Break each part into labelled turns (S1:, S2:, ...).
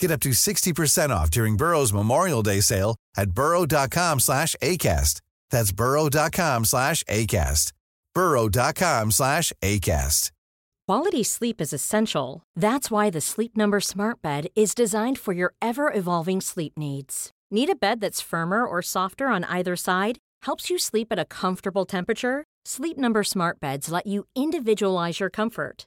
S1: Get up to 60% off during Burrow's Memorial Day sale at burrow.com slash ACAST. That's burrow.com slash ACAST. burrow.com slash ACAST.
S2: Quality sleep is essential. That's why the Sleep Number Smart Bed is designed for your ever evolving sleep needs. Need a bed that's firmer or softer on either side? Helps you sleep at a comfortable temperature? Sleep Number Smart Beds let you individualize your comfort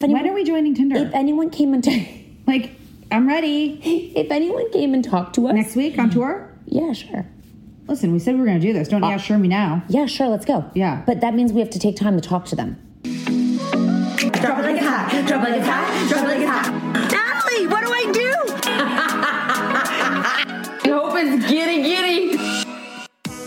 S3: If anyone,
S4: When are we joining Tinder?
S3: If anyone came and
S4: like, I'm ready.
S3: if anyone came and talked to us
S4: Next week on tour?
S3: yeah, sure,
S4: Listen, we said we were going to do this. Don't yeah, sure me now.
S3: yeah, sure, let's go.
S4: Yeah.
S3: but that means we have to take time to talk to them.
S5: Drop it like it's hot. Drop it like it's hot. Drop it like it's hot. Natalie, what do I do?
S3: I hope it's giddy giddy.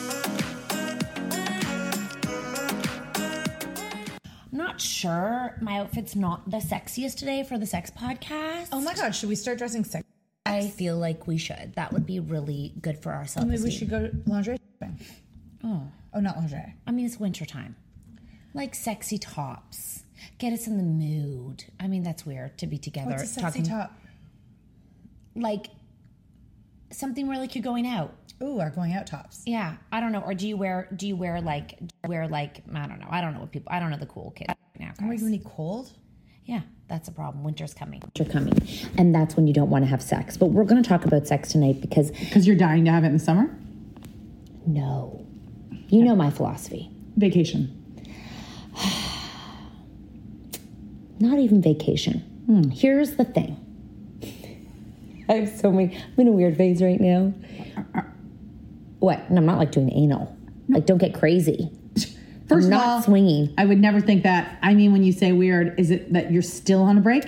S3: Not sure. My outfit's not the sexiest today for the sex podcast.
S6: Oh my god, should we start dressing sex?
S3: I feel like we should. That would be really good for ourselves.
S6: Maybe we should go to lingerie shopping.
S3: Oh,
S6: Oh, not lingerie.
S3: I mean, it's wintertime. Like sexy tops. Get us in the mood. I mean, that's weird to be together.
S6: What's a sexy top?
S3: Like something where like you're going out.
S6: Ooh, our going out tops.
S3: Yeah, I don't know. Or do you wear? Do you wear like do you wear like I don't know. I don't know what people. I don't know the cool kids right now.
S6: Are we
S3: guys.
S6: going to be cold?
S3: Yeah, that's a problem. Winter's coming. Winter coming, and that's when you don't want to have sex. But we're going to talk about sex tonight because
S4: Because you're dying to have it in the summer?
S3: no, you know my philosophy.
S4: Vacation.
S3: Not even vacation.
S4: Hmm.
S3: Here's the thing. I have so many. I'm in a weird phase right now. What? And I'm not like doing anal. Like, don't get crazy.
S4: First
S3: I'm
S4: of
S3: not
S4: all,
S3: swinging.
S4: I would never think that. I mean, when you say weird, is it that you're still on a break?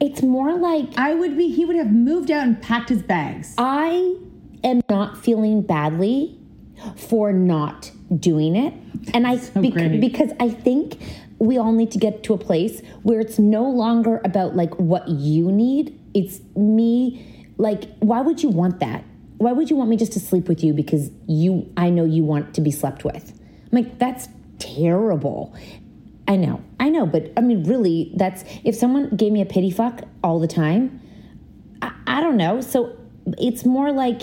S3: It's more like
S4: I would be, he would have moved out and packed his bags.
S3: I am not feeling badly for not doing it. And I bec-
S4: great.
S3: because I think we all need to get to a place where it's no longer about like what you need. It's me like why would you want that? Why would you want me just to sleep with you because you I know you want to be slept with. I'm like that's terrible. I know, I know, but I mean, really, that's if someone gave me a pity fuck all the time, I, I don't know. So it's more like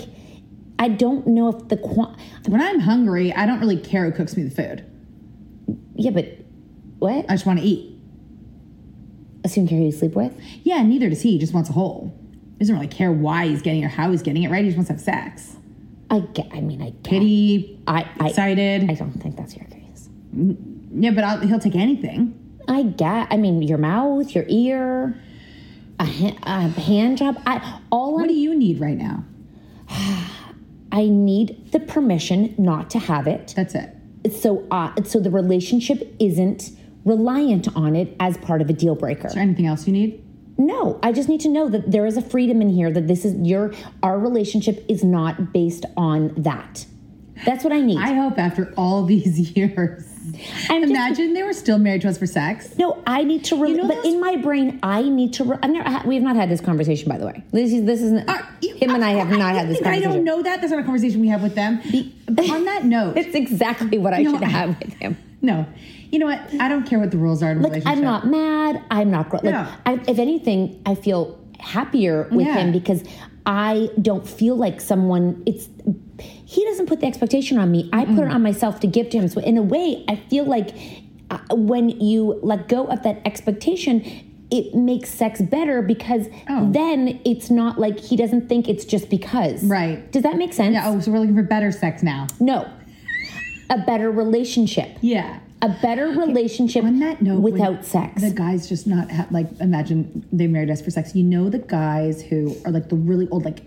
S3: I don't know if the quan.
S4: When I'm hungry, I don't really care who cooks me the food.
S3: Yeah, but what?
S4: I just want to eat.
S3: Assume care who you sleep with.
S4: Yeah, neither does he. He just wants a hole. He doesn't really care why he's getting it or how he's getting it, right? He just wants to have sex.
S3: I get. I mean, I get.
S4: Pity,
S3: I, I
S4: excited.
S3: I don't think that's your case.
S4: yeah, but I'll, he'll take anything.
S3: I get. I mean, your mouth, your ear, a, ha- a hand job. I all
S4: What
S3: I'm
S4: do you need right now?
S3: I need the permission not to have it.
S4: That's it.
S3: So, uh, so the relationship isn't reliant on it as part of a deal breaker.
S4: Is there anything else you need?
S3: No, I just need to know that there is a freedom in here. That this is your our relationship is not based on that. That's what I need.
S4: I hope after all these years,
S3: I'm just-
S4: imagine they were still married to us for sex.
S3: No, I need to. Re-
S4: You know
S3: but
S4: those-
S3: in my brain, I need to. Re- I've never. ha- We've not had this conversation, by the way. This is this isn't.
S4: Are you-
S3: him and I have not had this
S4: think- I
S3: conversation.
S4: don't know that. That's not a conversation we have with them. On that note,
S3: it's exactly what I
S4: No,
S3: should
S4: I-
S3: have with him.
S4: no. You know what? I don't care what the rules are in a
S3: Like
S4: relationship.
S3: I'm not mad. I'm not. Gr- like
S4: Yeah.
S3: I, if anything, I feel happier with
S4: Yeah.
S3: him because I don't feel like someone. It's he doesn't put the expectation on me. I
S4: Mm.
S3: put it on myself to give to him. So in a way, I feel like uh, when you let go of that expectation. It makes sex better because
S4: Oh.
S3: then it's not like he doesn't think it's just because.
S4: Right.
S3: Does that make sense?
S4: Yeah, oh, so we're looking for better sex now.
S3: No. A better relationship.
S4: Yeah.
S3: A better relationship
S4: On that note, when
S3: without sex.
S4: The guys just not ha- like imagine they married us for sex. You know the guys who are like the really old, like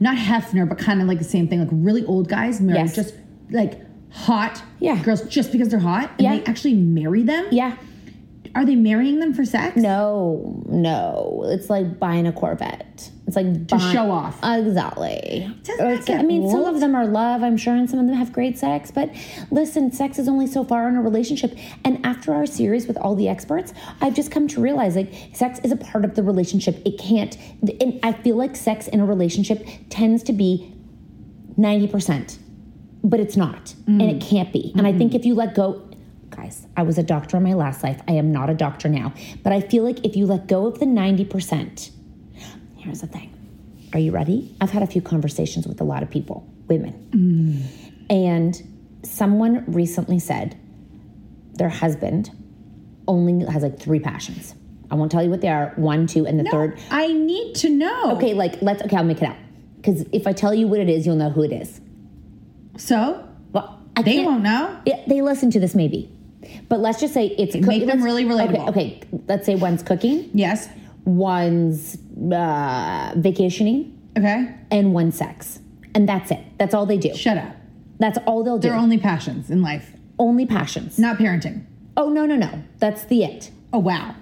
S4: not Hefner, but kind of like the same thing, like really old guys married
S3: Yes.
S4: just like hot
S3: Yeah.
S4: girls just because they're hot and
S3: Yeah.
S4: they actually marry them.
S3: yeah.
S4: Are they marrying them for sex?
S3: No, no. It's like buying a Corvette. It's like to
S4: show off.
S3: Exactly.
S4: Doesn't
S3: Or
S4: that
S3: it's-
S4: get
S3: I mean, some
S4: old?
S3: of them are love, I'm sure, and some of them have great sex. But listen, sex is only so far in a relationship. And after our series with all the experts, I've just come to realize like sex is a part of the relationship. It can't. And I feel like sex in a relationship tends to be ninety percent, but it's not, and it can't be. And I think if you let go, guys, I was a doctor in my last life. I am not a doctor now, but I feel like if you let go of the ninety percent, here's the thing. Are you ready? I've had a few conversations with a lot of people, women, and someone recently said their husband only has like three passions. I won't tell you what they are. One, two, and the third.
S4: I need to know.
S3: Okay, like let's. Okay, I'll make it out. Because if I tell you what it is, you'll know who it is.
S4: So
S3: Well, I
S4: they
S3: can't-
S4: won't know.
S3: Yeah, they listen to this maybe, but let's just say it's
S4: Make them
S3: let's-
S4: really relatable.
S3: Okay, okay, let's say one's cooking,
S4: Yes.
S3: one's uh, vacationing,
S4: Okay.
S3: and one's sex, and that's it. That's all they do.
S4: Shut up.
S3: That's all they'll do.
S4: Their only passions in life,
S3: Only passions.
S4: not parenting.
S3: Oh no no no, that's the it.
S4: Oh wow.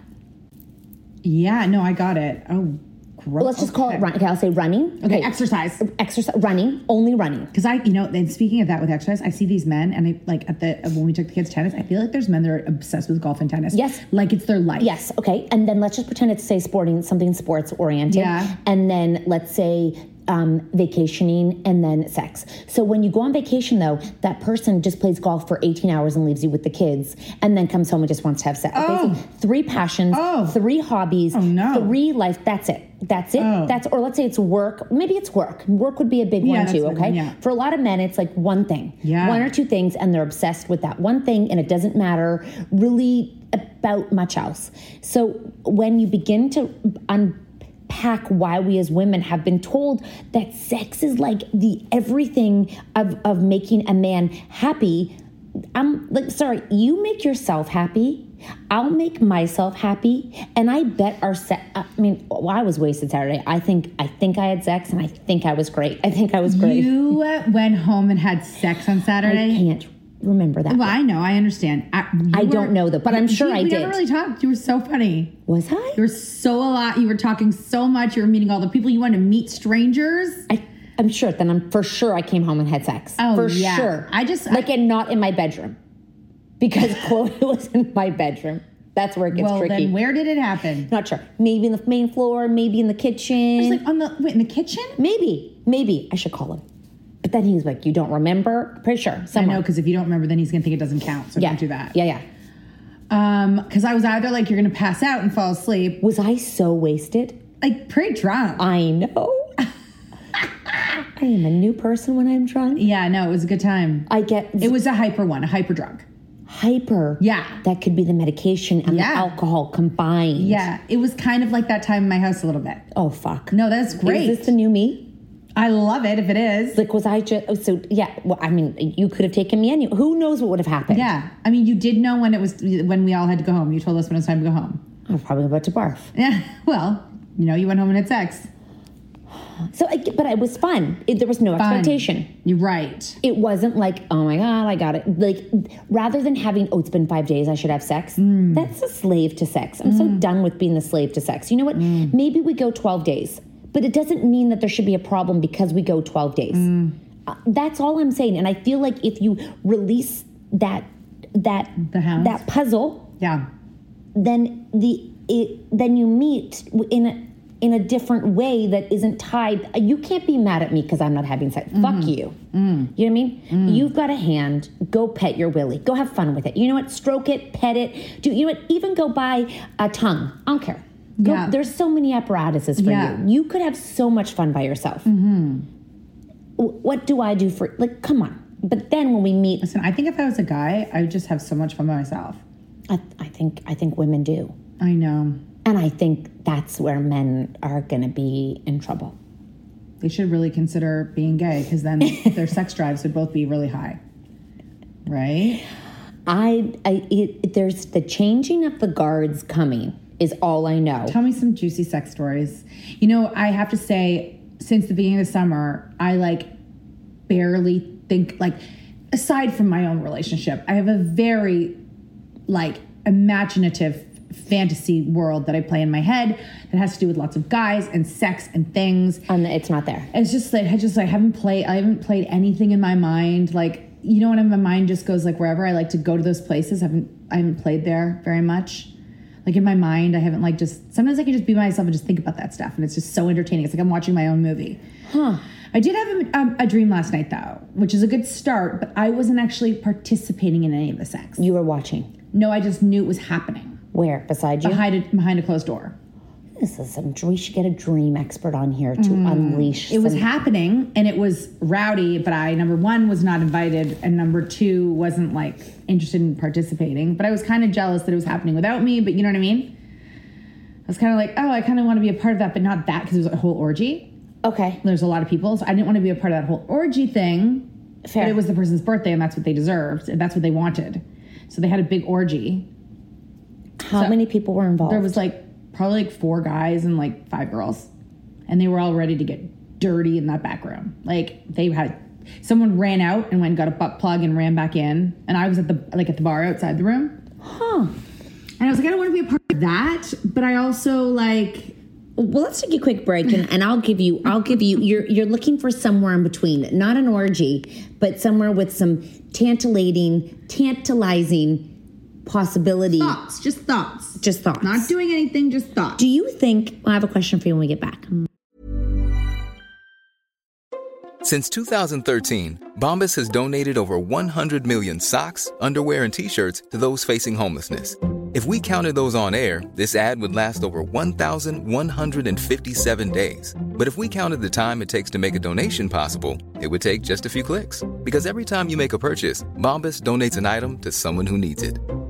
S4: Yeah. No, I got it. Oh, gross.
S3: Well, let's just call it run. Okay, I'll say running.
S4: Okay, exercise.
S3: exercise, running, only running.
S4: Because I, you know, and speaking of that with exercise, I see these men, and I like at the when we took the kids tennis, I feel like there's men that are obsessed with golf and tennis.
S3: Yes.
S4: like it's their life.
S3: Yes, okay. And then let's just pretend it's say sporting something sports oriented.
S4: Yeah.
S3: And then let's say um, vacationing and then sex. So when you go on vacation though, that person just plays golf for 18 hours and leaves you with the kids and then comes home and just wants to have sex. Okay, so three passions, three hobbies,
S4: Oh. no.
S3: three life that's it. That's it. That's or let's say it's work. Maybe it's work. Work would be a big one
S4: that's
S3: too,
S4: a big
S3: okay?
S4: one, yeah.
S3: For a lot of men it's like one thing.
S4: Yeah.
S3: One or two things and they're obsessed with that one thing and it doesn't matter really about much else. So when you begin to unpack why we as women have been told that sex is like the everything of, of making a man happy, I'm like, sorry, you make yourself happy. I'll make myself happy, and I bet our sex. I mean, well, I was wasted Saturday. I think I think I had sex, and I think I was great. I think I was great.
S4: You uh, went home and had sex on
S3: I
S4: Saturday.
S3: can't remember that.
S4: Well, I know, I understand. I, you
S3: I don't know that, but I'm
S4: we-
S3: sure
S4: we
S3: I
S4: never
S3: did.
S4: really talked. You were so funny.
S3: Was I?
S4: You were so a lot. You were talking so much. You were meeting all the people. You wanted to meet strangers.
S3: I, I'm sure. Then I'm for sure I came home and had sex.
S4: Oh,
S3: for
S4: yeah.
S3: sure.
S4: I just-
S3: like and not in my bedroom because Chloe was in my bedroom. That's where it gets
S4: well,
S3: tricky.
S4: then where did it happen?
S3: not sure. Maybe in the main floor. Maybe in the kitchen.
S4: It's like on the wait in the kitchen.
S3: maybe, maybe I should call him. But then he was like, "You don't remember?" Pretty sure.
S4: I
S3: Somewhere.
S4: know because if you don't remember, then he's gonna think it doesn't count. So
S3: yeah.
S4: don't do that.
S3: Yeah, yeah.
S4: Um, because I was either like you're gonna pass out and fall asleep,
S3: Was I so wasted?
S4: like pretty drunk.
S3: I know. I am a new person when I'm drunk.
S4: yeah, no, it was a good time.
S3: I get
S4: It was a hyper one, a hyper drunk.
S3: hyper.
S4: Yeah.
S3: That could be the medication and
S4: Yeah.
S3: the alcohol combined.
S4: Yeah, it was kind of like that time in my house a little bit.
S3: Oh, fuck.
S4: No, that's great.
S3: Is this the new me?
S4: I love it if it is.
S3: Like, was I just, oh, so yeah, well, I mean, you could have taken me any, who knows what would have happened?
S4: Yeah, I mean, you did know when it was when we all had to go home. You told us when it was time to go home.
S3: I'm probably about to barf.
S4: Yeah, well, you know, you went home and had sex.
S3: So, I, but it was fun. It, there was no
S4: Fun.
S3: expectation.
S4: You're right.
S3: It wasn't like, oh my God, I got it. Like, rather than having, oh, it's been five days, I should have sex. That's a slave to sex. I'm so done with being the slave to sex. You know what? Maybe we go 12 days, but it doesn't mean that there should be a problem because we go 12 days. Uh, that's all I'm saying. And I feel like if you release that, that,
S4: The hounds?
S3: that puzzle,
S4: Yeah,
S3: then the it, then you meet w- in a, in a different way that isn't tied. uh, You can't be mad at me because I'm not having sex.
S4: Mm-hmm.
S3: Fuck you.
S4: Mm.
S3: You know what I mean? You've got a hand. Go pet your willy. Go have fun with it. You know what? Stroke it, pet it. Do you know what? Even go buy a tongue. I don't care. Go,
S4: Yeah.
S3: There's so many apparatuses for
S4: Yeah. Mm-hmm.
S3: you. You could have so much fun by yourself. W- What do I do for like? Come on. But then when we meet,
S4: listen, I think if I was a guy, I would just have so much fun by myself.
S3: I, I think I think women do.
S4: I know
S3: And I think that's where men are going to be in trouble.
S4: they should really consider being gay because then their sex drives would both be really high, right?
S3: I, I it, there's the changing of the guards coming is all I know.
S4: Tell me some juicy sex stories. You know, I have to say, since the beginning of the summer, I like barely think like aside from my own relationship, I have a very like imaginative fantasy world that I play in my head that has to do with lots of guys and sex and things.
S3: And it's not there.
S4: It's just like I just I haven't played I haven't played anything in my mind. Like you know when my mind just goes like wherever I like to go to those places. I haven't I haven't played there very much. Like in my mind, I haven't like just sometimes I can just be myself and just think about that stuff, and it's just so entertaining. It's like I'm watching my own movie. Huh. I did have a, um, a dream last night though, which is a good start, but I wasn't actually participating in any of the sex.
S3: You were watching.
S4: No, I just knew it was happening
S3: Where? Beside you?
S4: behind a, behind a closed door.
S3: This is some, we should get a dream expert on here to unleash.
S4: It was
S3: some-
S4: happening and it was rowdy, but I, number one, was not invited, and number two, wasn't like interested in participating. But I was kind of jealous that it was happening without me, but you know what I mean? I was kind of like, oh, I kind of want to be a part of that, but not that because it was a whole orgy.
S3: Okay.
S4: There's a lot of people, so I didn't want to be a part of that whole orgy thing.
S3: Fair.
S4: But it was the person's birthday, and that's what they deserved, and that's what they wanted. So they had a big orgy.
S3: How many people were involved?
S4: There was like probably like four guys and like five girls, and they were all ready to get dirty in that back room. Like they had someone ran out and went and got a butt plug and ran back in, and I was at the like at the bar outside the room,
S3: huh.
S4: and I was like, I don't want to be a part of that, but I also like
S3: Well, let's take a quick break, and, and I'll give you. I'll give you. You're you're looking for somewhere in between, not an orgy, but somewhere with some tantalating, tantalizing possibility.
S4: thoughts, just thoughts,
S3: Just thoughts.
S4: not doing anything, just thoughts.
S3: Do you think I have a question for you when we get back?
S7: Since 2013, Bombas has donated over 100 million socks, underwear, and t shirts to those facing homelessness. If we counted those on air, this ad would last over 1,157 days. But if we counted the time it takes to make a donation possible, it would take just a few clicks. Because every time you make a purchase, Bombas donates an item to someone who needs it.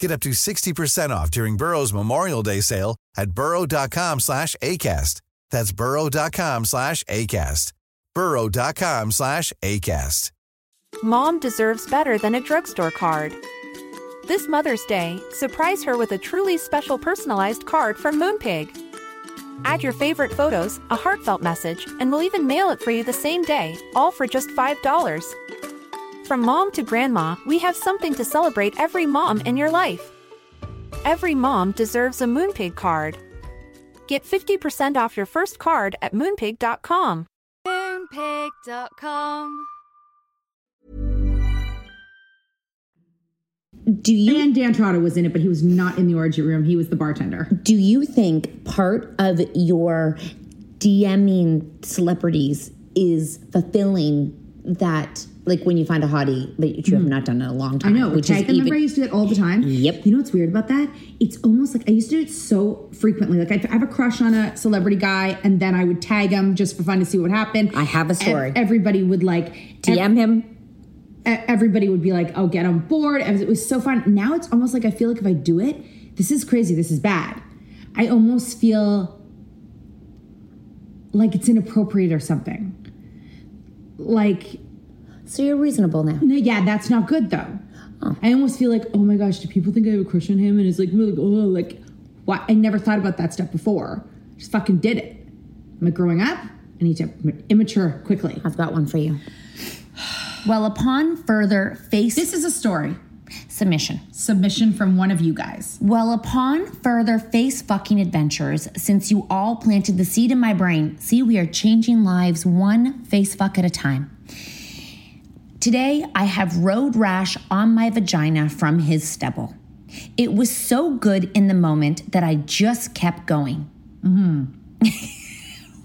S1: Get up to 60% off during Burrow's Memorial Day sale at burrow.com slash ACAST. That's burrow.com slash ACAST. burrow.com slash ACAST.
S5: Mom deserves better than a drugstore card. This Mother's Day, surprise her with a truly special personalized card from Moonpig. Add your favorite photos, a heartfelt message, and we'll even mail it for you the same day, all for just $5. From mom to grandma, we have something to celebrate every mom in your life. every mom deserves a Moonpig card. Get 50% off your first card at moonpig.com.
S8: Moonpig.com.
S3: Do you
S4: and Dan Trotter was in it, but he was not in the orgy room. He was the bartender.
S3: Do you think part of your DMing celebrities is fulfilling that, like when you find a hottie that you have not done in a long
S4: I
S3: time?
S4: know. Which I
S3: is
S4: remember I
S3: even-
S4: used to do that all the time. Yep. You know what's weird about that? It's almost like I used to do it so frequently. Like I'd, I have a crush on a celebrity guy, and then I would tag him just for fun to see what happened. I
S3: have a story.
S4: everybody would like e-,
S3: DM him.
S4: Everybody would be like, "Oh, get on board." It was, it was so fun. Now it's almost like I feel like if I do it, this is crazy. This is bad. I almost feel like it's inappropriate or something. Like,
S3: so you're reasonable now.
S4: No, yeah, that's not good though. I almost feel like, oh my gosh, do people think I have a crush on him? And it's like, really, oh, like, why? I never thought about that stuff before. Just fucking did it. Am I growing up? I need to immature quickly.
S3: I've got one for you. Well, upon further face. This
S4: is a story.
S3: Submission.
S4: Submission from one of you guys.
S3: Well, upon further face fucking adventures, since you all planted the seed in my brain, see, we are changing lives one face fuck at a time. Today, I have road rash on my vagina from his stubble. It was so good in the moment that I just kept going.
S4: Mm-hmm.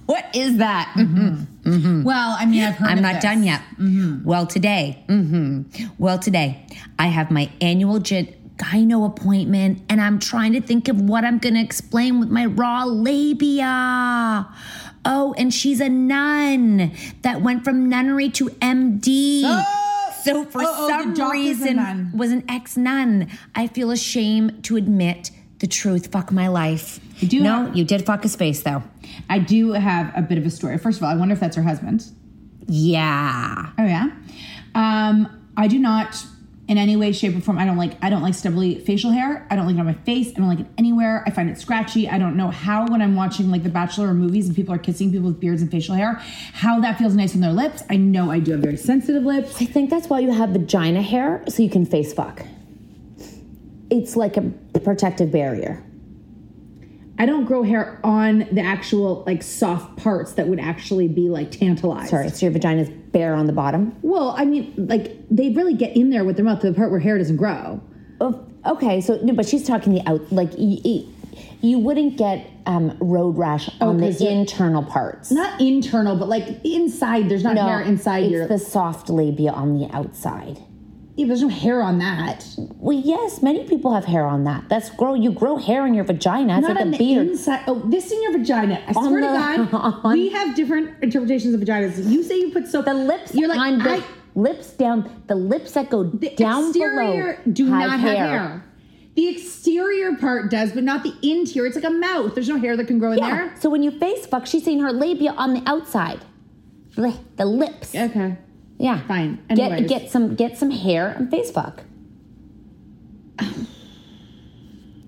S3: What is that? Mm-hmm. Mm-hmm.
S4: Well, I mean, I've heard
S3: I'm
S4: of
S3: not
S4: this.
S3: done yet.
S4: Mm-hmm.
S3: Well, today, hmm well, today, I have my annual gy- gyno appointment, and I'm trying to think of what I'm going to explain with my raw labia. Oh, and she's a nun that went from nunnery to MD. So for
S4: Oh! Uh-oh, the
S3: some
S4: doc is a
S3: reason,
S4: nun.
S3: was an ex nun. I feel ashamed to admit the truth. Fuck my life. You do no, you did fuck a space though.
S4: I do have a bit of a story. First of all, I wonder if that's her husband.
S3: Yeah.
S4: Oh yeah. Um, I do not in any way, shape, or form. I don't like. I don't like stubbly facial hair. I don't like it on my face. I don't like it anywhere. I find it scratchy. I don't know how when I'm watching like The Bachelor or movies and people are kissing people with beards and facial hair, how that feels nice on their lips. I know I do have very sensitive lips.
S3: I think that's why you have vagina hair so you can face fuck. It's like a protective barrier.
S4: I don't grow hair on the actual like soft parts that would actually be like tantalized.
S3: Sorry, so your vagina's bare on the bottom.
S4: Well, I mean, like they really get in there with their mouth to the part where hair doesn't grow.
S3: Oh, okay, so no, but she's talking the out like you, you wouldn't get um, road rash on the
S4: Oh, 'cause you're-
S3: internal parts.
S4: Not internal, but like inside. There's not
S3: no,
S4: hair inside
S3: it's
S4: your.
S3: the soft labia on the outside.
S4: Yeah, there's no hair on that.
S3: Well, yes, many people have hair on that. That's grow. You grow hair in your vagina. It's
S4: not
S3: like
S4: on
S3: a
S4: the
S3: beard.
S4: inside. Oh, this in your vagina. I
S3: On
S4: swear
S3: the-
S4: to God, we have different interpretations of vaginas. You say you put soap. The
S3: lips.
S4: You're like
S3: on the
S4: I,
S3: lips down, the lips that go down
S4: exterior
S3: below
S4: do
S3: have
S4: not have hair. The exterior part does, but not the interior. It's like a mouth. There's no hair that can grow in
S3: Yeah.
S4: there.
S3: So when you face fuck, she's seeing her labia on the outside, Bleh, the lips.
S4: Okay.
S3: Yeah. Fine.
S4: Anyways.
S3: Get get some get some hair and face fuck.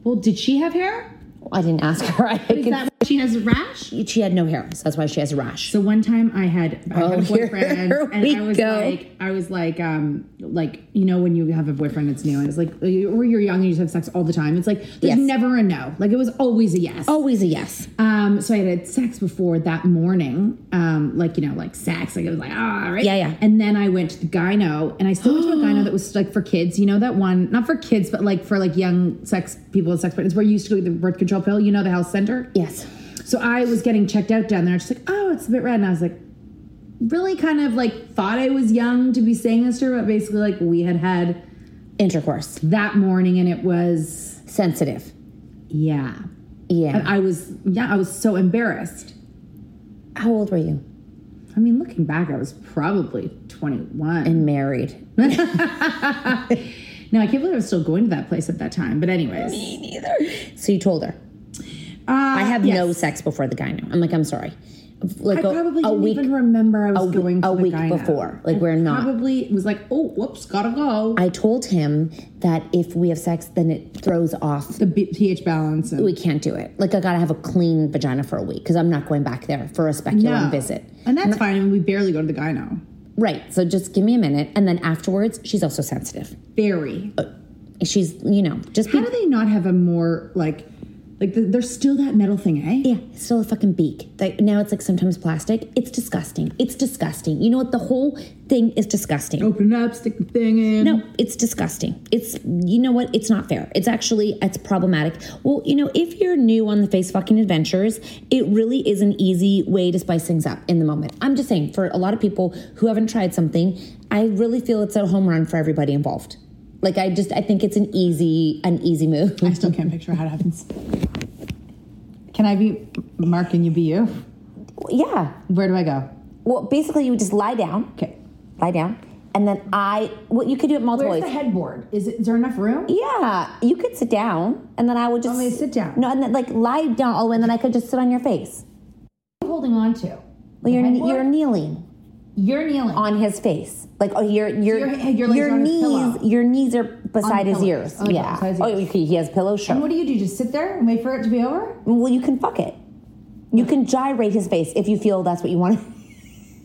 S4: Well, did she have hair?
S3: I didn't ask her. I
S4: Is that why she has a rash?
S3: She had no hair, so that's why she has a rash.
S4: So one time I had, I had
S3: Oh,
S4: a boyfriend,
S3: here
S4: and
S3: we
S4: I was
S3: go.
S4: like, I was like, um, like you know when you have a boyfriend that's new, and it's like, or you're young and you just have sex all the time. It's like
S3: Yes.
S4: there's never a no. Like it was always a yes.
S3: Always a yes.
S4: Um, so I had had sex before that morning, um, like you know, like sex. Like it was like, ah, right,
S3: Yeah, yeah.
S4: And then I went to the gyno, and I still went to a gyno that was like for kids. You know that one, not for kids, but like for like young sex people with sex. partners. where you used to go get the birth control pill. You know the health center.
S3: Yes.
S4: So I was getting checked out down there. She's like, oh, it's a bit red, and I was like, really kind of like thought I was young to be saying this to her, but basically like we had had
S3: intercourse
S4: that morning, and it was
S3: sensitive.
S4: Yeah.
S3: Yeah.
S4: And I was yeah, I was so embarrassed.
S3: How old were you?
S4: I mean, looking back, I was probably 21
S3: and married.
S4: no, I can't believe I was still going to that place at that time. But anyways, me Uh,
S3: neither. So you told her. I have no sex before the gyno. I'm like, I'm sorry. Like
S4: I
S3: a-
S4: probably
S3: a
S4: didn't
S3: week,
S4: even remember I was
S3: a, we-
S4: going to
S3: a
S4: the
S3: week
S4: gyno.
S3: before. Like we're not.
S4: Probably was like, oh, whoops, gotta go.
S3: I told him that if we have sex, then it throws off
S4: the pH balance. And-
S3: we can't do it. Like I gotta have a clean vagina for a week because I'm not going back there for a speculum
S4: No.
S3: visit.
S4: And that's fine. I mean, we barely go to the gyno.
S3: Right. So just give me a minute, and then afterwards, she's also sensitive.
S4: Very.
S3: She's, you know, just
S4: How do they not have a more like, like the, there's still that metal thing, eh?
S3: Yeah, it's still a fucking beak. Like, now it's like sometimes plastic. It's disgusting. It's disgusting. You know what? The whole thing is disgusting.
S4: Open it up, stick the thing in.
S3: No, it's disgusting. It's you know what? It's not fair. It's actually it's problematic. Well, you know, if you're new on the face fucking adventures, it really is an easy way to spice things up in the moment. I'm just saying, for a lot of people who haven't tried something, I really feel it's a home run for everybody involved. Like I just I think it's an easy an easy move.
S4: I still can't picture how it happens. Can I be Mark and you be you?
S3: Yeah.
S4: Where do I go?
S3: Well, basically you just lie down.
S4: Okay.
S3: Lie down. And then I well you could do it multiple
S4: Where's
S3: ways.
S4: the headboard? Is, it, is there enough room?
S3: Yeah, you could sit down, and then I would just
S4: Want me to sit down?
S3: No, and then like lie down all the way, and then I could just sit on your face.
S4: What are you holding on to?
S3: Well, you're
S4: headboard?
S3: you're kneeling
S4: You're kneeling.
S3: on his face, like oh, your your
S4: your head- your legs are on his
S3: knees
S4: pillow.
S3: your knees are beside his
S4: pillow.
S3: ears.
S4: Oh, yeah,
S3: yeah.
S4: beside his
S3: Oh,
S4: ears.
S3: okay. He has pillow shirt.
S4: and what do you do? Just sit there and wait for it to be over?
S3: well, you can fuck it. You can gyrate his face if you feel that's what you want.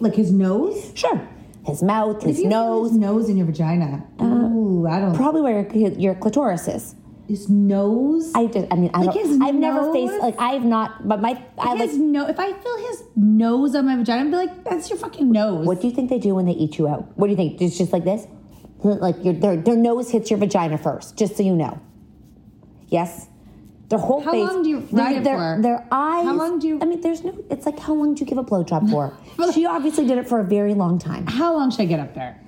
S4: Like his nose?
S3: sure. His mouth,
S4: If
S3: his
S4: you feel
S3: nose,
S4: His nose Uh, in your vagina. Ooh, I don't.
S3: probably where your, your clitoris is.
S4: his nose.
S3: I just, I mean, I
S4: Like
S3: don't,
S4: his
S3: I've never faced
S4: nose?
S3: like I've not, but my I like.
S4: his no. If I feel his nose on my vagina, I'd be like, "That's your fucking nose."
S3: What do you think they do when they eat you out? What do you think? It's just like this? Like your, their, their nose hits your vagina first, just so you know. Yes? Their whole
S4: How
S3: face.
S4: long do you
S3: their,
S4: ride it
S3: their,
S4: for?
S3: Their eyes.
S4: How long do you-
S3: I mean, there's no. It's like, how long do you give a blowjob for? she obviously did it for a very long time.
S4: How long should I get up there?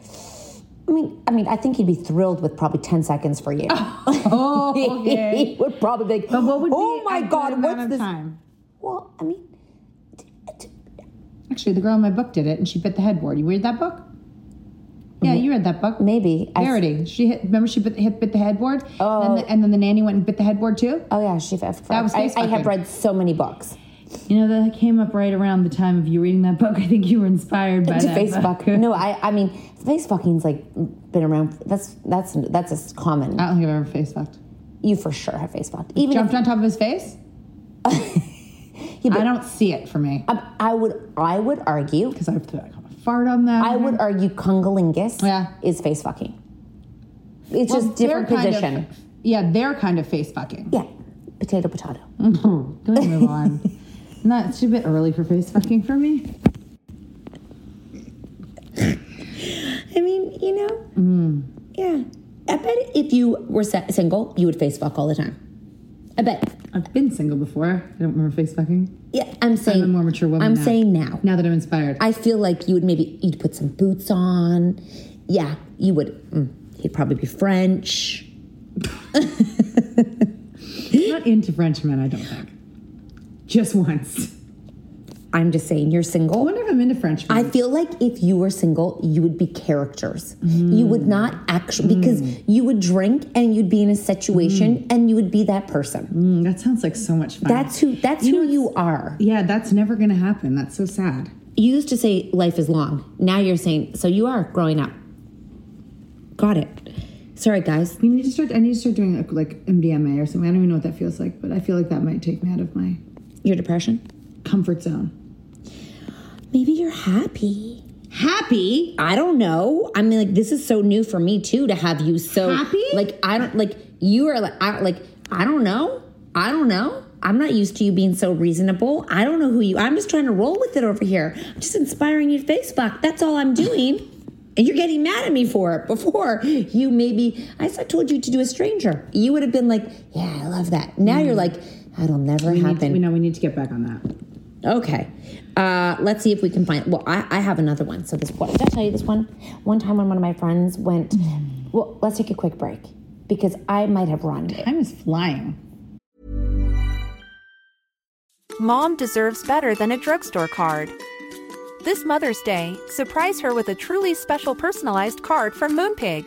S3: I mean, I mean, I think he'd be thrilled with probably 10 seconds for you.
S4: Oh,
S3: he
S4: okay.
S3: would probably be like,
S4: but what would
S3: oh
S4: be
S3: my
S4: a good
S3: God,
S4: amount
S3: what's
S4: of
S3: this?
S4: Time?
S3: Well, I mean,
S4: Actually, the girl in my book did it, and she bit the headboard. You read that book? Yeah, you read that book.
S3: maybe. I-
S4: Verity. She hit, remember she bit, hit, bit the headboard. Oh. And, then the, and then the nanny went and bit the headboard too.
S3: oh, yeah, she, I've,
S4: That was
S3: I,
S4: face
S3: I have
S4: fucking.
S3: read so many books.
S4: You know that came up right around the time of you reading that book. I think you were inspired by
S3: to
S4: that
S3: face
S4: book.
S3: fuck. No, I I mean face fucking's like been around. That's that's that's a common.
S4: I don't think I've ever face fucked.
S3: you for sure have E, face fucked. Even
S4: Jumped
S3: if,
S4: on top of his face. I don't see it for me
S3: I, I would I would argue
S4: because I have to fart on that.
S3: I would argue cungalingus
S4: Mm-hmm. Yeah.
S3: is face fucking. It's
S4: Well,
S3: just different
S4: they're kind of-
S3: position.
S4: yeah, they're kind of face fucking.
S3: yeah, potato potato.
S4: Can we move on? Not it's a bit early for face fucking for me.
S3: I mean, you know,
S4: Mm.
S3: yeah. I bet if you were sa- single, you would face fuck all the time. I bet.
S4: I've been single before. I don't remember face fucking.
S3: Yeah, I'm saying
S4: I'm a more mature woman.
S3: I'm
S4: now.
S3: saying now.
S4: Now that I'm inspired.
S3: I feel like you would maybe you'd put some boots on. Yeah, you would. Mm, he'd probably be French.
S4: I'm not into Frenchmen. I don't think. Just once.
S3: I'm just saying, you're
S4: I
S3: single.
S4: wonder if I'm into Frenchmen.
S3: Oh. I feel like if you were single, you would be characters. You would not actually because you would drink and you'd be in a situation and you would be that person.
S4: Mm, that sounds like so much fun.
S3: That's who. That's
S4: You
S3: who
S4: know,
S3: you are.
S4: yeah. That's never gonna happen. That's so sad.
S3: You used to say life is long. Now you're saying so. You are growing up. Got it. Sorry, guys.
S4: We need to start. I need to start doing like, like MDMA or something. I don't even know what that feels like, but I feel like that might take me out of my
S3: Your depression.
S4: comfort zone.
S3: Maybe you're happy. Happy? I don't know. I mean, like this is so new for me too to have you so
S4: Happy?
S3: Like I don't like you are like I like I don't know. I don't know. I'm not used to you being so reasonable. I don't know who you. I'm just trying to roll with it over here. I'm just inspiring you to face fuck. That's all I'm doing. And you're getting mad at me for it. Before you maybe I s- I told you to do a stranger. You would have been like, yeah, I love that. Now you're like, that'll never
S4: Mm. We need to-
S3: happen.
S4: we know we need to get back on that.
S3: Okay. Uh, let's see if we can find. Well, I, I have another one. So this one. Did I tell you this one? One time when one of my friends went. Well, let's take a quick break because I might have run.
S4: Time is flying.
S5: Mom deserves better than a drugstore card. This Mother's Day, surprise her with a truly special personalized card from Moonpig.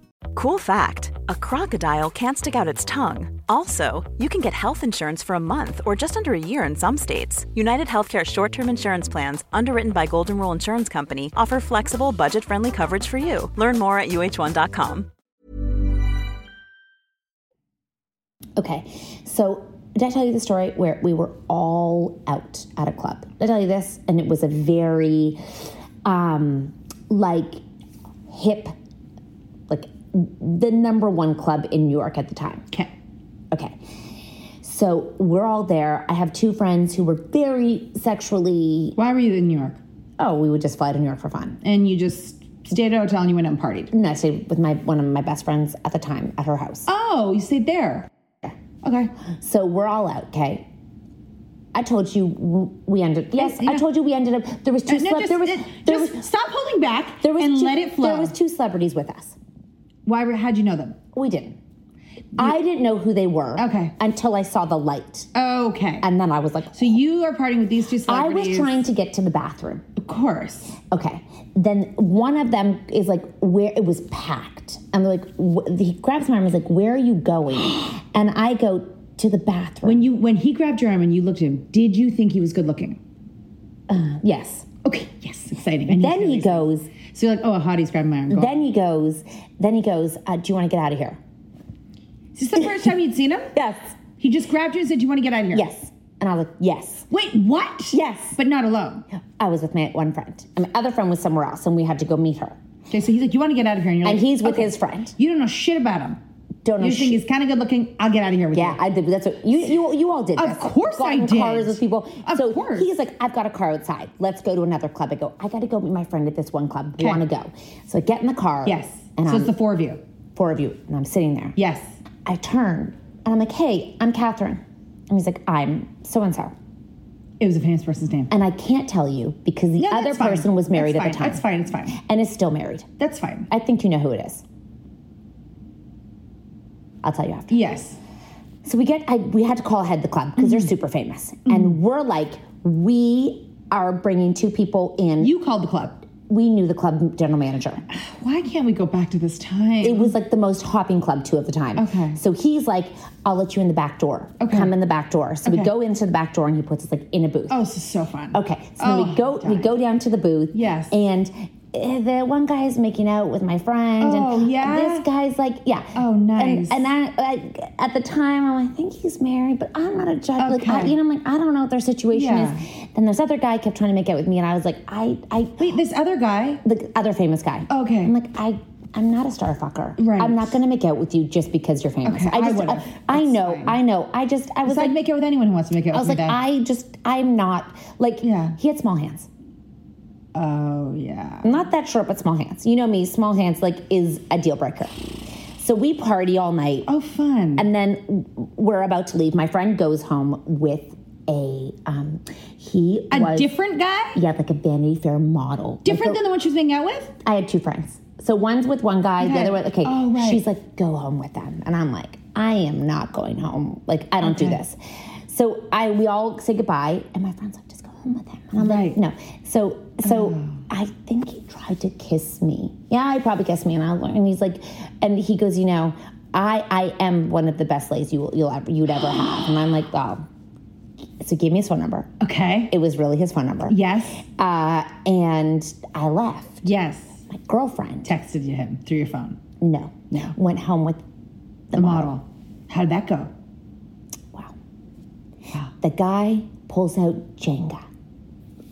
S9: Cool fact a crocodile can't stick out its tongue. Also, you can get health insurance for a month or just under a year in some states. United Healthcare short term insurance plans, underwritten by Golden Rule Insurance Company, offer flexible, budget friendly coverage for you. Learn more at uh1.com.
S3: Okay, so did I tell you the story where we were all out at a club? Did I tell you this? And it was a very, um, like, hip, like the number one club in New York at the time. Okay. Okay. So we're all there. I have two friends who were very sexually.
S4: Why were you in New York?
S3: Oh, we would just fly to New York for fun.
S4: And you just stayed at a hotel and you went out and partied.
S3: No, I stayed with my one of my best friends at the time at her house.
S4: Oh, you stayed there. Okay.
S3: So we're all out. Okay. I told you w- we ended. Yes, I told you we ended up. There was two.
S4: Uh, no,
S3: celeb-
S4: just-
S3: there was.
S4: uh,
S3: there
S4: just
S3: was.
S4: Stop holding back
S3: There was
S4: and
S3: two-
S4: let it flow.
S3: There was two celebrities with us.
S4: Why? were- How'd you know them?
S3: We didn't. I didn't know who they were.
S4: Okay.
S3: Until I saw the light,
S4: Okay.
S3: and then I was like,
S4: so you are partying with these two
S3: I
S4: celebrities.
S3: was trying to get to the bathroom.
S4: Of course.
S3: Okay. Then one of them is like, where it was packed. And they're like, wh- he grabs my arm and is like, where are you going? And I go to the bathroom.
S4: When you when he grabbed your arm and you looked at him, did you think he was good looking?
S3: yes.
S4: Okay. Yes. Exciting. I need to
S3: Then
S4: hear
S3: he
S4: these.
S3: goes,
S4: So you're like, oh, a hottie's grabbing my arm. Go.
S3: then he goes, then he goes, uh, do you want to get out of here?
S4: Is this the first time you'd seen him?
S3: Yes.
S4: He just grabbed you and said, "Do you want to get out of here?"
S3: Yes. And I was like, yes.
S4: Wait, what?
S3: Yes.
S4: But not alone.
S3: I was with my one friend. And my other friend was somewhere else and we had to go meet her.
S4: Okay. So he's like, "You want to get out of here?" And you're
S3: And
S4: like,
S3: he's with
S4: okay.
S3: his friend.
S4: You don't know shit about him.
S3: Don't know
S4: you think
S3: shit.
S4: he's kind of good looking. I'll get out of here with
S3: Yeah,
S4: you.
S3: I did. That's what you you you all did.
S4: Of
S3: this.
S4: course
S3: Got
S4: I
S3: in
S4: did.
S3: Cars with people.
S4: Of
S3: so
S4: course.
S3: He's like, I've got a car outside. Let's go to another club. I go. I got to go meet my friend at this one club. Do You
S4: Okay.
S3: want to go? So I get in the car.
S4: yes.
S3: And
S4: so
S3: I'm,
S4: it's the four of you.
S3: four of you, and I'm sitting there.
S4: Yes.
S3: I turn and I'm like, Hey, I'm Catherine. And he's like, I'm so and so.
S4: It was a famous person's name.
S3: And I can't tell you because the
S4: No,
S3: other
S4: that's fine.
S3: person was married
S4: That's
S3: at the time
S4: fine. That's fine. It's fine.
S3: and is still married.
S4: That's fine.
S3: I think you know who it is. I'll tell you after.
S4: Yes.
S3: So we get, I, we had to call ahead the club because
S4: Mm-hmm.
S3: they're super famous, and we're like, we are bringing two people in.
S4: You called the club.
S3: we knew the club general manager.
S4: Why can't we go back to this time?
S3: It was like the most hopping club two at the time.
S4: Okay.
S3: So he's like, I'll let you in the back door.
S4: Okay.
S3: Come in the back door. So we
S4: Okay.
S3: go into the back door, and he puts us like in a booth.
S4: oh, this is so fun.
S3: Okay. So then we
S4: Oh,
S3: go, we
S4: darn.
S3: go down to the booth.
S4: Yes.
S3: And. eh, The one guy is making out with my friend,
S4: Oh,
S3: and
S4: yeah?
S3: this guy's like, yeah.
S4: Oh,
S3: And-
S4: nice.
S3: And, I, I, at the time, I'm like, I think he's married, but I'm not a judge. Like, I,
S4: Okay.
S3: you know, I'm like, I don't know what their situation
S4: Yeah.
S3: is. Then this other guy kept trying to make out with me, and I was like, I, I,
S4: Wait, this other guy.
S3: the other famous guy.
S4: Okay.
S3: I'm like, I, I'm not a star fucker.
S4: Right.
S3: I'm not gonna make out with you just because you're famous.
S4: Okay, I
S3: just,
S4: would've.
S3: I
S4: That's
S3: know,
S4: fine.
S3: I know. I just, I was
S4: So I'd
S3: like,
S4: make out with anyone who wants to make out
S3: I
S4: with
S3: was like,
S4: me then.
S3: I just, I'm not like.
S4: Yeah.
S3: He had small hands.
S4: Oh yeah.
S3: I'm not that short, but small hands. You know me, small hands like is a deal breaker. So we party all night,
S4: Oh fun.
S3: and then we're about to leave. My friend goes home with a, um, he
S4: a
S3: was
S4: different guy.
S3: yeah, like a Vanity Fair model, Like
S4: Different
S3: the-
S4: than the one she was making out with.
S3: I had two friends. So one's with one guy, the
S4: Okay.
S3: other one. Okay,
S4: Oh, right.
S3: she's like, go home with them, and I'm like, I am not going home. Like I don't do this. So I we all say goodbye, and my friend's like, just go home with him, and I'm like,
S4: Right. Oh,
S3: no. So so I think he tried to kiss me. Yeah, he probably kissed me, and I and he's like, and he goes, you know, I I am one of the best lays you will you'll ever you'd ever have, and I'm like, oh. So he gave me his phone number.
S4: Okay.
S3: It was really his phone number.
S4: yes.
S3: Uh, and I left.
S4: Yes.
S3: My girlfriend.
S4: Texted you him through your phone.
S3: No. No. Went home with
S4: The, model. How did that go?
S3: wow. The guy pulls out Jenga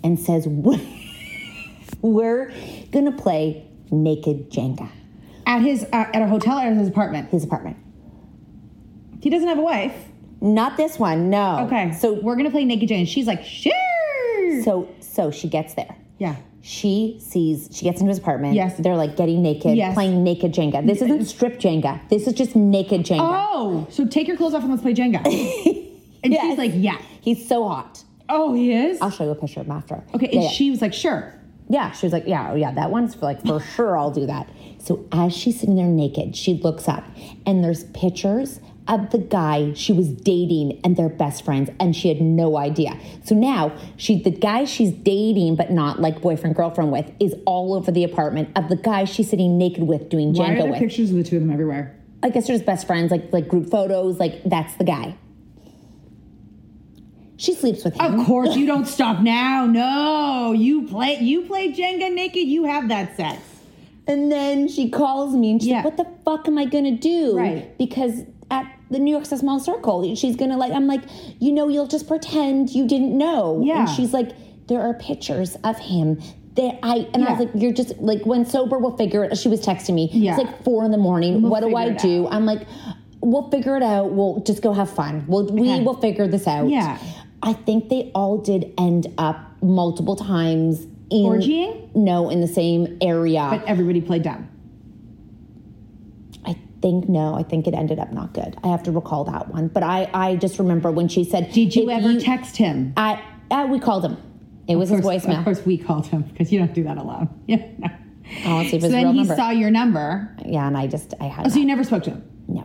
S3: and says, "We're- "We're gonna play naked Jenga."
S4: At his uh, at a hotel or at his apartment.
S3: His apartment.
S4: He doesn't have a wife.
S3: Not this one. No.
S4: Okay.
S3: Oh. So
S4: So we're gonna play naked Jane. She's like, sure.
S3: so so she gets there.
S4: Yeah.
S3: She sees, she gets into his apartment.
S4: Yes.
S3: They're like getting naked,
S4: Yes.
S3: playing naked Jenga. This isn't strip Jenga. This is just naked Jenga.
S4: Oh, so take your clothes off and let's play Jenga. and she's like, yeah.
S3: He's so hot.
S4: Oh, he is?
S3: I'll show you a picture of him after.
S4: Okay,
S3: Yeah,
S4: and
S3: yeah.
S4: she was like, sure.
S3: Yeah, she was like, yeah, oh yeah, that one's for like for sure I'll do that. So as she's sitting there naked, she looks up and there's pictures of the guy she was dating and they're best friends and she had no idea. So now she the guy she's dating but not like boyfriend girlfriend with is all over the apartment of the guy she's sitting naked with doing
S4: Why are
S3: Jenga
S4: there
S3: with.
S4: pictures of the two of them everywhere?
S3: I guess they're just best friends, like like group photos, like that's the guy. She sleeps with him.
S4: Of course, you don't stop now. No, you play you play Jenga naked. You have that sex.
S3: And then she calls me and she's
S4: Yeah.
S3: like, "What the fuck am I gonna do?"
S4: Right.
S3: Because at the New York Small Circle, she's gonna like. I'm like, you know, you'll just pretend you didn't know.
S4: Yeah.
S3: And she's like, there are pictures of him. That I and I
S4: Yeah.
S3: was like, you're just like when sober, we'll figure it. She was texting me.
S4: Yeah.
S3: It's like four in the morning.
S4: We'll
S3: what do
S4: figure
S3: I
S4: it
S3: do? I'm like, we'll figure it out. We'll just go have fun. We'll we
S4: Okay.
S3: will figure this out.
S4: Yeah.
S3: I think they all did end up multiple times in
S4: Orgying?
S3: No, in the same area.
S4: But everybody played dumb.
S3: I think no. I think it ended up not good. I have to recall that one. But I, I just remember when she said,
S4: Did you
S3: "If
S4: ever text him?
S3: I, uh, we called him. It was
S4: of
S3: his
S4: course,
S3: voicemail.
S4: Of course, we called him because you don't do that alone. Yeah. no.
S3: I want to Oh, see if
S4: So
S3: his
S4: then
S3: real
S4: he
S3: number.
S4: saw your number.
S3: yeah, and I just I had.
S4: Oh, so
S3: not-
S4: you never spoke to him.
S3: no.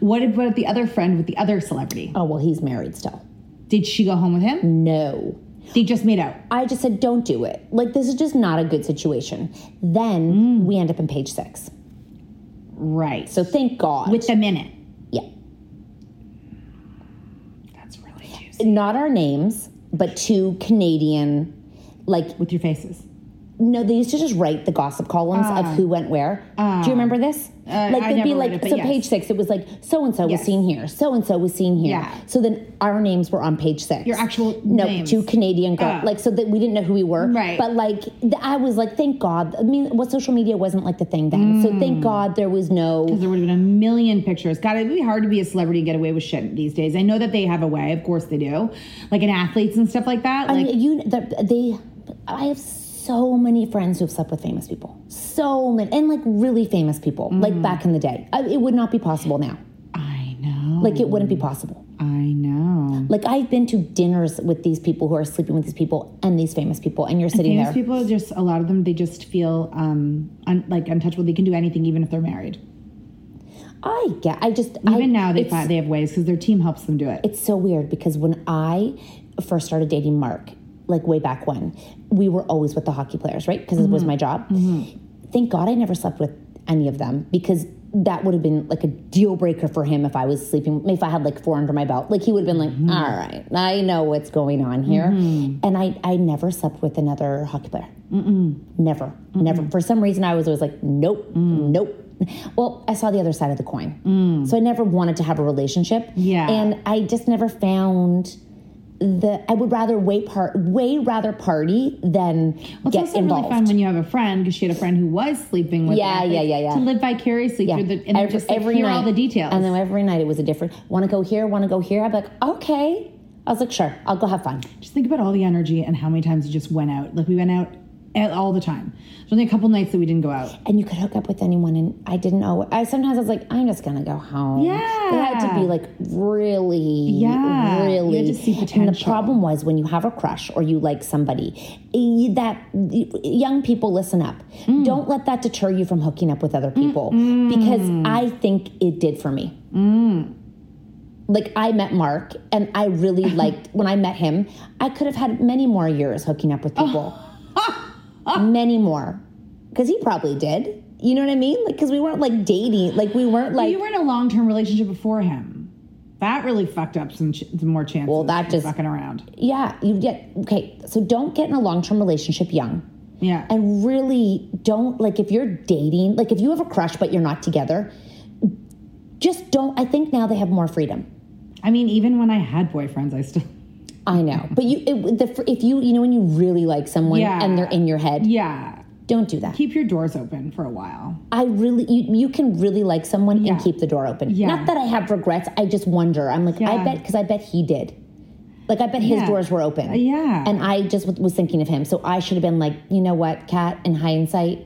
S4: What about the other friend with the other celebrity?
S3: Oh well, he's married still.
S4: Did she go home with him?
S3: No.
S4: They just made out.
S3: I just said, don't do it. Like this is just not a good situation.
S4: Mm.
S3: Then we end up in page six.
S4: Right.
S3: So thank God.
S4: with the minute.
S3: yeah,
S4: That's really juicy.
S3: not our names, but two Canadian, like
S4: With your faces.
S3: No, they used to just write the gossip columns of who went where. Do you remember this? like
S4: Oh. Uh, I
S3: they'd be
S4: never
S3: like,
S4: read it, but
S3: so
S4: yes.
S3: page six, it was like so and so was
S4: Yes.
S3: seen here, so and so was seen here.
S4: Yeah.
S3: So then our names were on page six.
S4: Your actual
S3: no,
S4: names.
S3: two Canadian girls,
S4: Oh.
S3: like so that we didn't know who we were.
S4: Right.
S3: But like th- I was like, thank God. I mean, what social media wasn't like the thing then. So
S4: Mm.
S3: thank God there was no.
S4: There would have been a million pictures. God, it'd be hard to be a celebrity and get away with shit these days. I know that they have a way, of course they do, like in athletes and stuff like that.
S3: I
S4: Like,
S3: mean, you the, they. I have so many friends who have slept with famous people, so many, and like really famous people,
S4: Mm.
S3: like back in the day. I, it would not be possible now.
S4: I know,
S3: Like it wouldn't be
S4: Mm.
S3: possible.
S4: I know.
S3: Like I've been to dinners with these people who are sleeping with these people and these famous people, and you're sitting
S4: Famous
S3: there.
S4: people just a lot of them. They just feel um un, like untouchable. They can do anything, even if they're married.
S3: I get. I just I,
S4: Even now, they
S3: it's,
S4: find they have ways because their team helps them do it.
S3: It's so weird because when I first started dating Mark, like way back when, we were always with the hockey players, right? Because it was
S4: Mm-hmm.
S3: my job. Thank God I never slept with any of them because that would have been like a deal breaker for him if I was sleeping, if I had like four under my belt. Like he would have been like,
S4: Mm-hmm.
S3: "All right, I know what's going on here. And I, I never slept with another hockey player. Never, never. For some reason, I was always like, nope,
S4: Mm.
S3: nope. Well, I saw the other side of the coin. So I never wanted to have a relationship.
S4: Yeah.
S3: And I just never found the, I would rather way, par- way rather party than
S4: Well, it's
S3: get
S4: also
S3: involved.
S4: really fun when you have a friend because she had a friend who was sleeping with.
S3: Yeah,
S4: athletes,
S3: yeah, yeah, yeah.
S4: To live vicariously through the and
S3: Every-
S4: just like, hear all the details.
S3: And then every night it was a different, want to go here, want to go here. I'd be like, okay. I was like, sure, I'll go have fun.
S4: Just think about all the energy and how many times you just went out. Like we went out a- all the time. There's only a couple nights that we didn't go out.
S3: and you could hook up with anyone and I didn't know I sometimes I was like I'm just gonna go home they had to be
S4: Yeah.
S3: like really
S4: Yeah. You had
S3: really
S4: to see
S3: and the
S4: potential.
S3: problem was when you have a crush or you like somebody you- that young people listen up
S4: Mm.
S3: don't let that deter you from hooking up with other people because I think it did for me
S4: Mm.
S3: like I met Mark and I really liked when I met him I could have had many more years hooking up with
S4: Oh,
S3: people many more because he probably did you know what i mean like because we weren't like dating like we weren't like
S4: you were in a long term relationship before him. That really fucked up some, ch- some more chances.
S3: Well, that
S4: of
S3: just-
S4: fucking around.
S3: yeah you get okay so don't get in a long-term relationship young
S4: Yeah.
S3: and really don't like if you're dating like if you have a crush but you're not together just don't i think now they have more freedom
S4: I mean, even when I had boyfriends, I still.
S3: i know but you it, the, if you you know when you really like someone
S4: Yeah.
S3: and they're in your head
S4: Yeah.
S3: don't do that
S4: Keep your doors open for a while.
S3: I really, you, you can really like someone
S4: Yeah.
S3: and keep the door open.
S4: Yeah.
S3: Not that I have regrets. I just wonder. I'm like, I
S4: Yeah.
S3: bet, because I bet he did. Like I bet his
S4: Yeah. Uh,
S3: doors were open.
S4: Yeah.
S3: And I just w- was thinking of him. So I should have been like, you know what, Kat, in hindsight.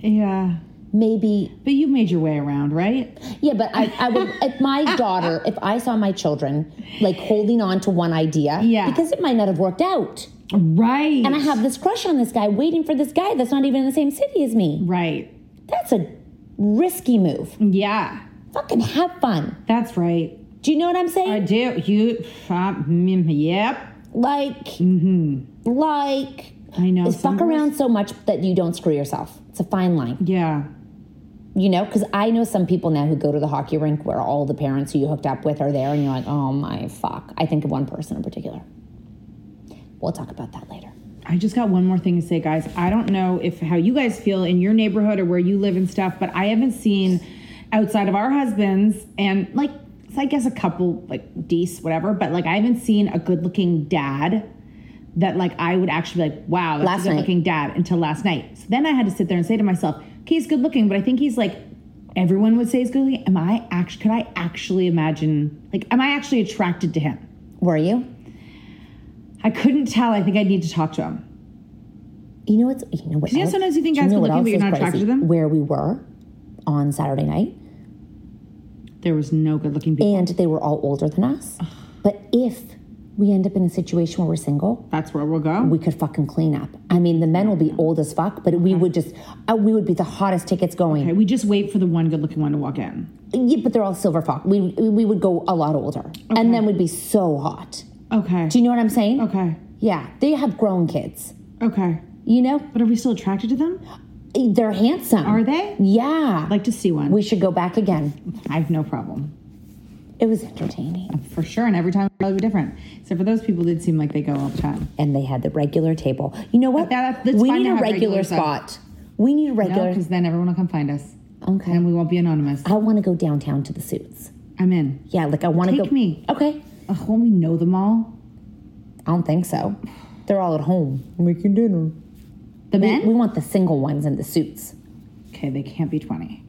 S4: Yeah.
S3: Maybe.
S4: But you made your way around, right?
S3: Yeah, but I, I would, if my daughter, if I saw my children like holding on to one idea, yeah. because it might not have worked out.
S4: Right.
S3: And I have this crush on this guy, waiting for this guy that's not even in the same city as me.
S4: Right.
S3: That's a risky move.
S4: Yeah.
S3: Fucking have fun.
S4: That's right.
S3: Do you know what I'm saying? I
S4: do. You, uh, mm, yep.
S3: Like,
S4: Mm-hmm.
S3: like,
S4: I know.
S3: fuck around so much that you don't screw yourself. It's a fine line.
S4: Yeah.
S3: You know, because I know some people now who go to the hockey rink where all the parents who you hooked up with are there, and you're like, oh my fuck. I think of one person in particular. We'll talk about that later.
S4: I just got one more thing to say, guys. I don't know if how you guys feel in your neighborhood or where you live and stuff, but I haven't seen outside of our husbands and like so I guess a couple like dece whatever, but like I haven't seen a good looking dad that like I would actually be like, wow, that's
S3: Last
S4: a
S3: night.
S4: good looking dad until last night. So then I had to sit there and say to myself, okay, he's good looking, but I think he's like everyone would say he's good looking. Am I actually could I actually imagine like am I actually attracted to him?
S3: Were you?
S4: I couldn't tell. I think I need to talk to him.
S3: You know what's you know what?
S4: Do you know
S3: else-
S4: sometimes you think
S3: do
S4: guys
S3: know
S4: good
S3: what
S4: looking,
S3: else
S4: but you're
S3: is
S4: not attracted
S3: crazy?
S4: to them?
S3: Where we were on Saturday night,
S4: there was no good looking people,
S3: and they were all older than us. But if we end up in a situation where we're single,
S4: that's where we'll go.
S3: We could fucking clean up. I mean, the men will be old as fuck, but we would just uh, we would be the hottest tickets going.
S4: we just wait for the one good looking one to walk in.
S3: Yeah, but they're all silver fox. We we would go a lot older, and then we'd be so hot.
S4: Okay.
S3: Do you know what I'm saying?
S4: Okay.
S3: Yeah, they have grown kids.
S4: Okay.
S3: You know.
S4: But are we still attracted to them?
S3: They're handsome.
S4: Are they?
S3: Yeah.
S4: I'd like to see one.
S3: We should go back again.
S4: I have no problem.
S3: It was entertaining.
S4: For sure, and every time it would be different. Except for those people did seem like they go all the time.
S3: And they had the regular table. You know what?
S4: that's
S3: we
S4: fine
S3: need
S4: to
S3: a
S4: have
S3: regular,
S4: regular
S3: spot.
S4: stuff.
S3: We need a
S4: No,
S3: regular.
S4: because then everyone will come find us.
S3: okay.
S4: And we won't be anonymous.
S3: I want to go downtown to the suits.
S4: I'm in.
S3: Yeah, like I want to go.
S4: Take me.
S3: Okay.
S4: Ugh, won't we know them all?
S3: I don't think so. They're all at home making dinner. We-
S4: The men?
S3: We, want the single ones in the suits.
S4: Okay, they can't be 20.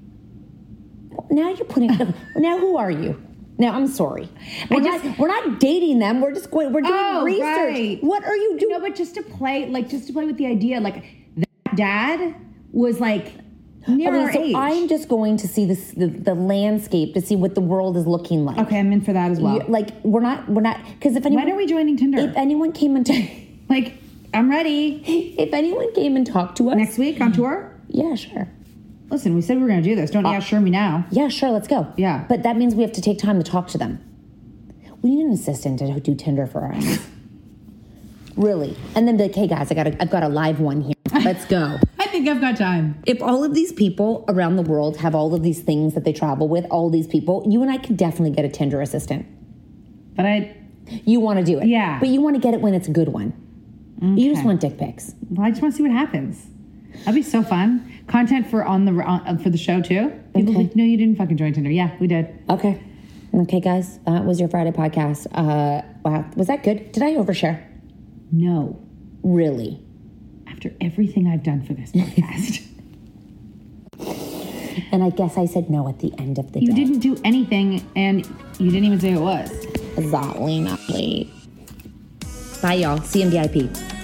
S3: Now you're putting. now who are you? Now I'm sorry. We're not. We're not dating them. We're just going. We're doing
S4: Oh,
S3: research.
S4: right.
S3: What are you doing?
S4: No, but just to play, like, just to play with the idea, like, that dad was like near
S3: Okay,
S4: our
S3: so
S4: age.
S3: I'm just going to see this the, the landscape to see what the world is looking like.
S4: okay, I'm in for that as well.
S3: You- like we're not. We're not. Because if anyone,
S4: When are we joining Tinder?
S3: if anyone came and
S4: like, I'm ready.
S3: if anyone came and talked to us
S4: Next week on tour?
S3: yeah, sure.
S4: Listen, we said we were going to do this. Don't yeah, sure me now.
S3: Yeah, sure, let's go.
S4: Yeah.
S3: But that means we have to take time to talk to them. We need an assistant to do Tinder for us. really. And then be like, hey guys, I got a, I've got a live one here. Let's go.
S4: I think I've got time.
S3: if all of these people around the world have all of these things that they travel with, all these people, you and I could definitely get a Tinder assistant.
S4: But I,
S3: You want to do it.
S4: Yeah.
S3: But you want to get it when it's a good one. You just want dick pics.
S4: well, I just want to see what happens. That'd be so fun. Content for on the on, uh, for the show too. People like, no, you didn't fucking join Tinder. Yeah, we did.
S3: Okay. Okay, guys, that was your Friday podcast. Uh, wow. Was that good? Did I overshare?
S4: No,
S3: Really?
S4: after everything I've done for this podcast,
S3: And I guess I said no at the end of the
S4: you
S3: day.
S4: didn't do anything, and you didn't even say it was.
S3: Exactly, not late. Bye, y'all. See you in VIP.